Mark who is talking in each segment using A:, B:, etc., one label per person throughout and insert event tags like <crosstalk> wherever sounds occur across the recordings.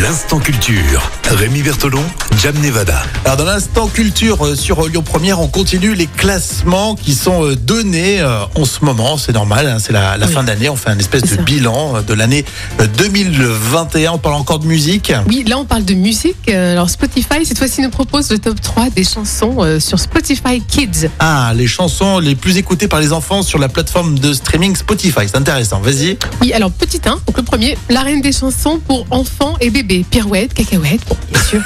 A: L'instant culture. Rémi Bertolon, Jam Nevada.
B: Alors dans l'instant culture euh, sur Lyon Première, on continue les classements qui sont euh, donnés euh, en ce moment. C'est normal, hein, c'est la, la
C: Oui.
B: fin d'année. On fait un espèce
C: C'est
B: de
C: ça.
B: bilan euh, de l'année euh, 2021. On parle encore de musique.
C: Oui, là on parle de musique. Euh, Alors Spotify, cette fois-ci, nous propose le top 3 des chansons euh, sur Spotify Kids.
B: Ah, les chansons les plus écoutées par les enfants sur la plateforme de streaming Spotify. C'est intéressant. Vas-y.
C: Oui, alors petit 1, donc le premier, la reine des chansons pour enfants et bébés. Pirouette, cacahuète, bon,
B: <laughs>
C: bien sûr,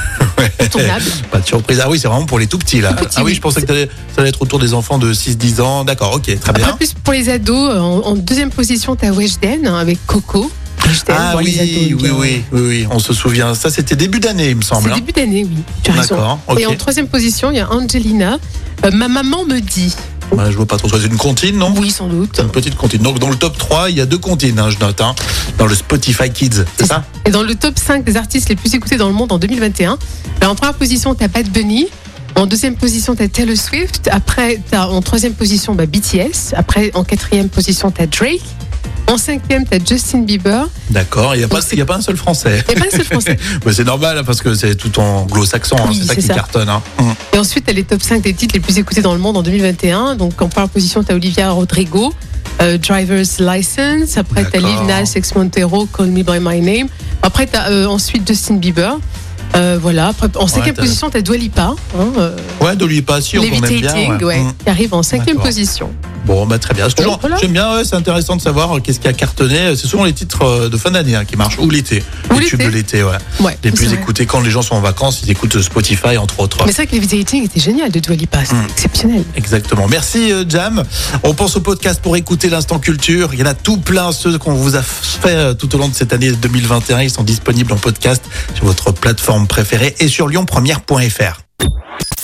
C: tournable.
B: Pas de surprise. Ah oui, c'est vraiment pour les tout petits là.
C: Tout petits,
B: ah oui,
C: oui.
B: je pensais que t'allais- ça allait être autour des enfants de 6-10 ans. D'accord, ok, très
C: Après,
B: bien.
C: plus pour les ados, euh, en, en deuxième position, t'as Weshden hein, avec Coco. Weshden
B: Ah
C: pour
B: oui,
C: les ados,
B: oui, oui,
C: bien.
B: oui, oui, on se souvient. Ça, c'était début d'année, il me semble.
C: C'est
B: hein.
C: début d'année, oui. Tu as raison.
B: D'accord, ok.
C: Et en troisième position, il y a Angelina. Euh, ma maman me dit.
B: Ouais, je vois pas trop. C'est une comptine, non
C: Oui, sans doute.
B: C'est une petite comptine. Donc dans le top 3, il y a deux comptines, hein, je note. hein, dans le Spotify Kids, c'est
C: C'est
B: ça
C: Et dans le top 5 des artistes les plus écoutés dans le monde en 2021, alors bah, en première position, t'as Bad Bunny. En deuxième position, t'as Taylor Swift. Après, t'as en troisième position bah, BTS. Après, en quatrième position, t'as Drake. En cinquième, t'as Justin Bieber.
B: D'accord, il n'y a, pas- il y a pas un seul Français.
C: Et pas le
B: <laughs>
C: seul français.
B: Mais c'est normal, hein, parce que c'est tout anglo-saxon, hein,
C: Oui,
B: c'est ça
C: c'est
B: qui
C: ça.
B: cartonne. hein. Hum.
C: Et ensuite, t'as les top 5 des titres les plus écoutés dans le monde en 2021. Donc, en première position, t'as Olivia Rodrigo, euh, Driver's License. Après, t'as
B: D'accord.
C: Lil Nas X Montero, Call Me By My Name. Après, t'as euh, ensuite Justin Bieber. Euh, voilà. Après, en cinquième
B: t'as-
C: position, t'as Dua Lipa. hein, euh,
B: Ouais, de lui pas sûr, qu'on aime bien.
C: Levitating,
B: ouais.
C: ouais,
B: Hum.
C: qui arrive en cinquième
B: D'accord.
C: position.
B: Bon, bah très bien. C'est toujours-
C: Voilà.
B: J'aime bien, ouais, c'est intéressant de savoir euh, qu'est-ce qui a cartonné. C'est souvent les titres euh, de fin d'année hein, qui marchent, ou l'été.
C: Ou
B: les tubes de
C: l'été.
B: l'été, ouais.
C: Ouais,
B: Les
C: c'est
B: plus
C: vrai.
B: écoutés quand les gens sont en vacances, ils écoutent Spotify, entre autres.
C: Mais c'est vrai que Levitating était génial de Dua Lipa, c'est
B: Mm.
C: exceptionnel.
B: Exactement. Merci euh, Jam. On pense au podcast pour écouter l'instant culture. Il y en a tout plein ceux qu'on vous a fait euh, tout au long de cette année 2021. Ils sont disponibles en podcast sur votre plateforme préférée et sur lyonpremière.fr.